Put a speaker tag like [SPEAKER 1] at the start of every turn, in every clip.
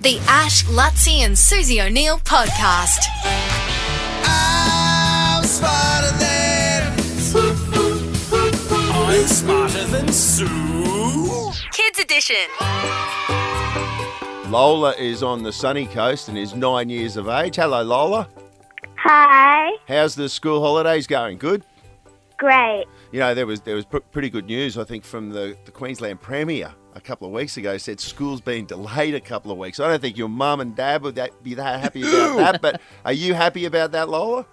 [SPEAKER 1] The Ash, Lutzi, and Susie O'Neill podcast.
[SPEAKER 2] I'm smarter than. I'm smarter than Sue.
[SPEAKER 1] Kids Edition.
[SPEAKER 3] Lola is on the sunny coast and is nine years of age. Hello, Lola.
[SPEAKER 4] Hi.
[SPEAKER 3] How's the school holidays going? Good.
[SPEAKER 4] Great.
[SPEAKER 3] You know there was there was pr- pretty good news I think from the, the Queensland Premier a couple of weeks ago. Said school's been delayed a couple of weeks. I don't think your mum and dad would that be that happy about that. But are you happy about that, Lola?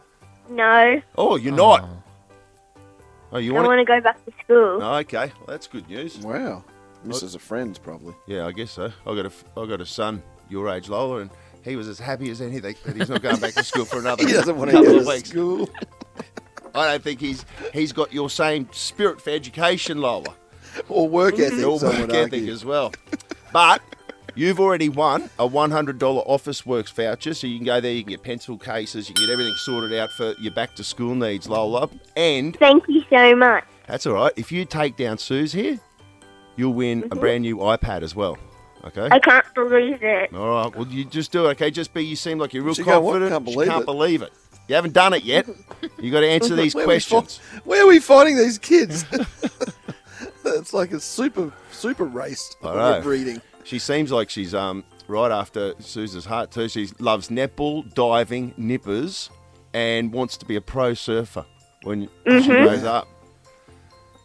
[SPEAKER 4] No,
[SPEAKER 3] Oh, you're not. Oh, you
[SPEAKER 4] I
[SPEAKER 3] want?
[SPEAKER 4] want to go back to school.
[SPEAKER 3] To... okay, well, that's good news.
[SPEAKER 2] Wow. Misses a friend, probably.
[SPEAKER 3] Yeah, I guess so. I got a f- I got a son your age, Lola, and he was as happy as anything that he's not going back to school for another
[SPEAKER 2] He doesn't want to
[SPEAKER 3] couple
[SPEAKER 2] go
[SPEAKER 3] of
[SPEAKER 2] to
[SPEAKER 3] weeks.
[SPEAKER 2] school.
[SPEAKER 3] I don't think he's he's got your same spirit for education, Lola.
[SPEAKER 2] or work ethic.
[SPEAKER 3] Your
[SPEAKER 2] some
[SPEAKER 3] work
[SPEAKER 2] would
[SPEAKER 3] ethic
[SPEAKER 2] argue.
[SPEAKER 3] as well. But you've already won a one hundred dollar Office Works voucher, so you can go there, you can get pencil cases, you can get everything sorted out for your back to school needs, Lola. And
[SPEAKER 4] Thank you so much.
[SPEAKER 3] that's all right. If you take down Sue's here, you'll win
[SPEAKER 2] Mm-hmm.
[SPEAKER 3] a brand new iPad as well. Okay.
[SPEAKER 4] I can't believe it.
[SPEAKER 3] All right. Well, you just do it, okay? Just be. You seem like you're real
[SPEAKER 2] She can't- what?
[SPEAKER 3] confident.
[SPEAKER 2] Can't
[SPEAKER 3] She
[SPEAKER 2] believe
[SPEAKER 3] can't
[SPEAKER 2] it.
[SPEAKER 3] believe it. You haven't done it yet. You got to answer these
[SPEAKER 2] Where
[SPEAKER 3] questions.
[SPEAKER 2] Are we, fi- where are we finding these kids? it's like a super super race
[SPEAKER 3] I
[SPEAKER 2] that
[SPEAKER 3] know.
[SPEAKER 2] we're breeding.
[SPEAKER 3] She seems like she's um right after Suze's heart too. She loves netball, diving, nippers, and wants to be a pro surfer when she grows up.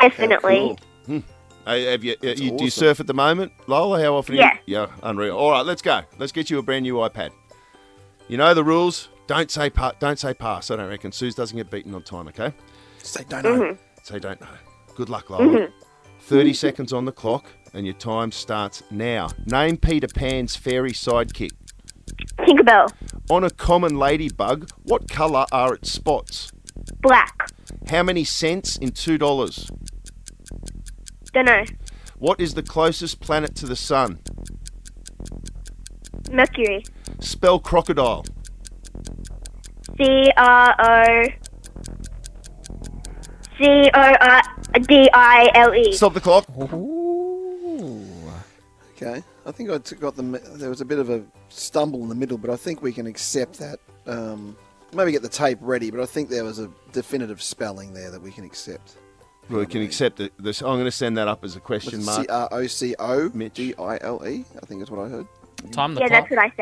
[SPEAKER 4] Definitely.
[SPEAKER 2] Oh, Cool.
[SPEAKER 3] Hey, have you, uh, you do
[SPEAKER 2] awesome.
[SPEAKER 3] you surf at the moment, Lola? How often? do
[SPEAKER 4] Yeah.
[SPEAKER 3] You, yeah, unreal. All right, let's go. Let's get you a brand new iPad. You know the rules. Don't say pa- don't say pass. I don't reckon Suze doesn't get beaten on time. Okay.
[SPEAKER 2] Say don't know.
[SPEAKER 3] So don't know. Good luck, Lola. 30 seconds on the clock, and your time starts now. Name Peter Pan's fairy sidekick.
[SPEAKER 4] Tinkerbell,
[SPEAKER 3] On a common ladybug, what colour are its spots?
[SPEAKER 4] black.
[SPEAKER 3] How many cents in $2?
[SPEAKER 4] Don't know.
[SPEAKER 3] What is the closest planet to the sun?
[SPEAKER 4] Mercury.
[SPEAKER 3] Spell crocodile.
[SPEAKER 4] C R O. C O R D I L E.
[SPEAKER 3] Stop the clock.
[SPEAKER 2] Okay. I think I took- got the. mi- There was a bit of a stumble in the middle, but I think we can accept that. Um, maybe get the tape ready, but I think there was a definitive spelling there that we can accept.
[SPEAKER 3] We can accept it. This, I'm going to send that up as a question mark.
[SPEAKER 2] C R O C O
[SPEAKER 3] Mitch.
[SPEAKER 2] D I L E. I think is what I heard.
[SPEAKER 5] Time the
[SPEAKER 4] Yeah,
[SPEAKER 5] clock.
[SPEAKER 4] that's what I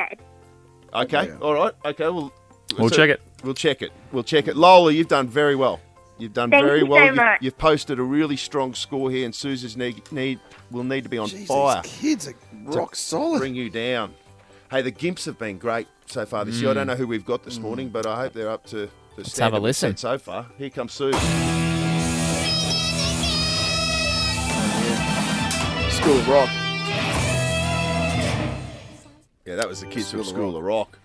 [SPEAKER 4] said.
[SPEAKER 3] Okay.
[SPEAKER 2] Yeah.
[SPEAKER 3] All right. Okay. Well,
[SPEAKER 5] We'll check it.
[SPEAKER 3] We'll check it. We'll check it. Lola, you've done very well. You've done
[SPEAKER 4] Thank
[SPEAKER 3] very
[SPEAKER 4] you so
[SPEAKER 3] well. you've,
[SPEAKER 4] much.
[SPEAKER 3] you've posted a really strong score here, and Susie's need, need will need to be on
[SPEAKER 2] Jeez,
[SPEAKER 3] fire
[SPEAKER 2] these kids are rock solid.
[SPEAKER 3] bring you down. Hey, the Gimps have been great so far this year. I don't know who we've got this morning, but I hope they're up to the
[SPEAKER 5] Mm. have
[SPEAKER 3] standard
[SPEAKER 5] a
[SPEAKER 3] we've
[SPEAKER 5] listen.
[SPEAKER 3] set so far. Here comes Susie.
[SPEAKER 2] School of rock.
[SPEAKER 3] Yeah, that was the kids from
[SPEAKER 2] School of
[SPEAKER 3] School of Rock.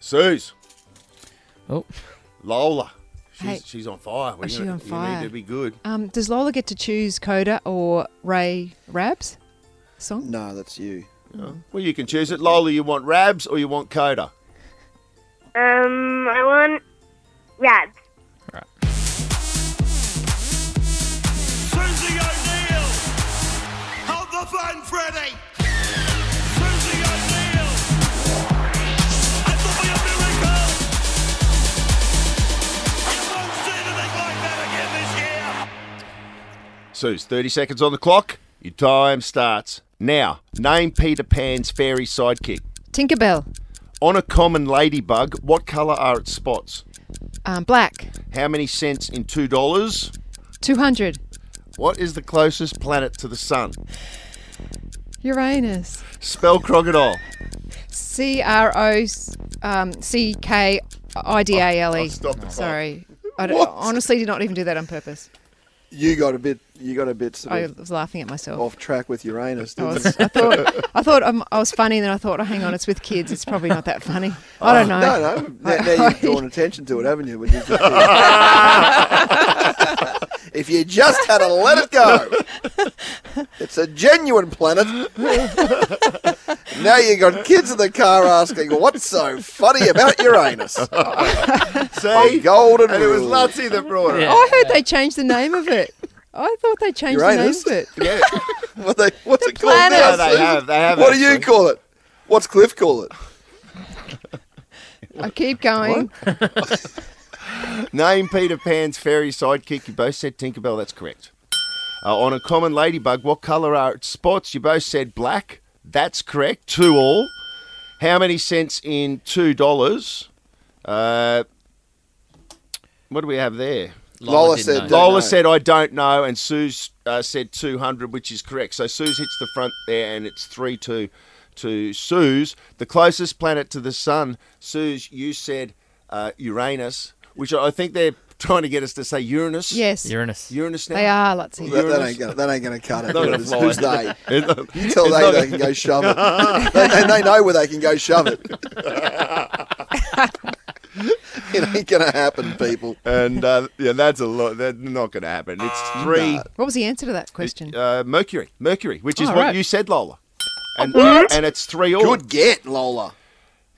[SPEAKER 3] Suze,
[SPEAKER 5] Oh,
[SPEAKER 3] Lola, she's,
[SPEAKER 6] Hey.
[SPEAKER 3] she's on fire. We're
[SPEAKER 6] Is she
[SPEAKER 3] gonna-
[SPEAKER 6] on
[SPEAKER 3] you
[SPEAKER 6] fire?
[SPEAKER 3] need to be good.
[SPEAKER 6] Um, does Lola get to choose Coda or Ray Rabs song?
[SPEAKER 2] No, that's you.
[SPEAKER 3] Well, you can choose it. Lola, you want Rabs or you want Coda?
[SPEAKER 4] Um, I want Rabs.
[SPEAKER 7] Susie O'Neill. Hold the phone, Freddie. Susie O'Neill. It will be a miracle. You won't see anything like that again this year.
[SPEAKER 3] Suze, 30 seconds on the clock. Your time starts now. Name Peter Pan's fairy sidekick.
[SPEAKER 6] Tinkerbell,
[SPEAKER 3] On a common ladybug, what colour are its spots?
[SPEAKER 6] um, Black,
[SPEAKER 3] How many cents in $2?
[SPEAKER 6] 200,
[SPEAKER 3] What is the closest planet to the sun?
[SPEAKER 6] Uranus,
[SPEAKER 3] Spell crocodile.
[SPEAKER 6] C R O um, C K I D A L
[SPEAKER 3] I
[SPEAKER 6] E.
[SPEAKER 3] stopped the clock.
[SPEAKER 6] Sorry. I don't-
[SPEAKER 2] What?
[SPEAKER 6] honestly did not even do that on purpose.
[SPEAKER 2] You got a bit. You got a bit sort
[SPEAKER 6] I
[SPEAKER 2] of
[SPEAKER 6] was laughing at myself.
[SPEAKER 2] off track with Uranus. Didn't
[SPEAKER 6] I, was, I thought I thought um, I was funny, and then I thought, oh, hang on, it's with kids. It's probably not that funny. I don't know.
[SPEAKER 2] Uh, No, no. Now, now you've drawn attention to it, haven't you? When you just- if you just had to let it go, it's a genuine planet. now you got kids in the car asking, "What's so funny about Uranus?"
[SPEAKER 3] See?
[SPEAKER 2] golden
[SPEAKER 3] and it was
[SPEAKER 2] rule.
[SPEAKER 3] Lutzy that brought it. Oh,
[SPEAKER 5] Yeah.
[SPEAKER 6] I heard they changed the name of it. I thought they changed
[SPEAKER 2] Uranus?
[SPEAKER 6] the name of it.
[SPEAKER 3] Yeah.
[SPEAKER 2] What they, what's it
[SPEAKER 6] planet.
[SPEAKER 3] No,
[SPEAKER 2] called? now,
[SPEAKER 3] they
[SPEAKER 2] Susan?
[SPEAKER 3] have. They have.
[SPEAKER 2] What do you
[SPEAKER 3] actually.
[SPEAKER 2] call it? What's Cliff call it?
[SPEAKER 6] I keep going.
[SPEAKER 3] Name Peter Pan's fairy sidekick. You both said Tinkerbell. That's correct. Uh, on a common ladybug, what colour are its spots? You both said black. That's correct. Two all. How many cents in two dollars? Uh, what do we have there?
[SPEAKER 2] Lola
[SPEAKER 8] didn't
[SPEAKER 2] said
[SPEAKER 8] know.
[SPEAKER 2] Don't
[SPEAKER 3] Lola
[SPEAKER 2] know.
[SPEAKER 3] said I don't know, and Suze uh, said two hundred, which is correct. So Suze hits the front there, and it's three two to Suze. The closest planet to the sun, Suze, you said uh, Uranus, which I think they're trying to get us to say Uranus.
[SPEAKER 6] Yes.
[SPEAKER 5] Uranus.
[SPEAKER 3] Uranus now.
[SPEAKER 6] They are, lots of
[SPEAKER 2] That, that
[SPEAKER 3] Uranus.
[SPEAKER 2] ain't gonna, that ain't gonna cut it.
[SPEAKER 3] Not gonna
[SPEAKER 2] It's
[SPEAKER 3] fly.
[SPEAKER 2] Who's they? You
[SPEAKER 3] It's-
[SPEAKER 2] tell
[SPEAKER 3] it's
[SPEAKER 2] they
[SPEAKER 3] not-
[SPEAKER 2] they can go shove it, They- and they know where they can go shove it. it ain't gonna happen, people.
[SPEAKER 3] and uh, yeah, that's a lot. That's not going to happen. It's
[SPEAKER 6] Ah,
[SPEAKER 3] three.
[SPEAKER 6] What was the answer to that question?
[SPEAKER 3] Uh, Mercury, Mercury, which is
[SPEAKER 6] Oh,
[SPEAKER 3] what
[SPEAKER 6] right.
[SPEAKER 3] you said, Lola. And, and it's three all.
[SPEAKER 2] Good get, Lola.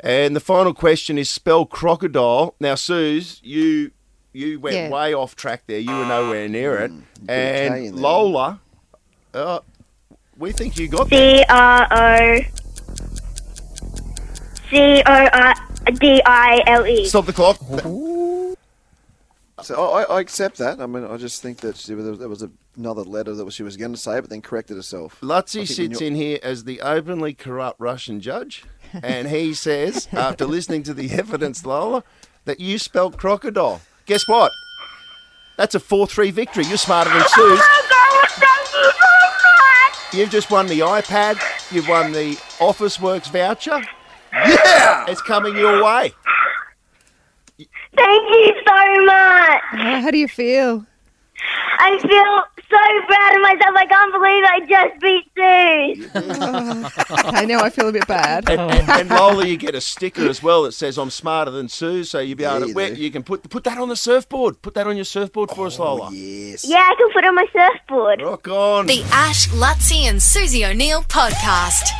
[SPEAKER 3] And the final question is spell crocodile. Now, Suze, you you went
[SPEAKER 6] Yeah.
[SPEAKER 3] way off track there. You were nowhere near it.
[SPEAKER 2] Mm, a K in
[SPEAKER 3] and
[SPEAKER 2] there.
[SPEAKER 3] Lola, uh, we think you got that.
[SPEAKER 4] C R O C O R D I L E.
[SPEAKER 3] Stop the clock.
[SPEAKER 2] So I, I accept that. I mean, I just think that she, there was another letter that she was going to say, but then corrected herself.
[SPEAKER 3] Lutzi
[SPEAKER 2] I think
[SPEAKER 3] sits
[SPEAKER 2] we
[SPEAKER 3] in here as the openly corrupt Russian judge, and he says, after listening to the evidence, Lola, that you spelled crocodile. Guess what? That's a 4 3 victory. You're smarter than Suze.
[SPEAKER 4] Oh,
[SPEAKER 3] You've just won the iPad, you've won the Office Works voucher. Yeah! It's coming your way.
[SPEAKER 4] Thank you so much.
[SPEAKER 6] Oh, how do you feel?
[SPEAKER 4] I feel so proud of myself. I can't believe I just beat Sue.
[SPEAKER 6] I know I feel a bit bad.
[SPEAKER 3] And, and, and Lola, you get a sticker as well that says "I'm smarter than Sue," so you'll be
[SPEAKER 2] Yeah,
[SPEAKER 3] able to.
[SPEAKER 2] you
[SPEAKER 3] wear-
[SPEAKER 2] do. Oh,
[SPEAKER 3] You can put put that on the surfboard. Put that on your surfboard for us, Lola.
[SPEAKER 2] Yes.
[SPEAKER 4] Yeah, I can put it on my surfboard.
[SPEAKER 3] Rock on.
[SPEAKER 1] The Ash, Lutzi and Susie O'Neill podcast.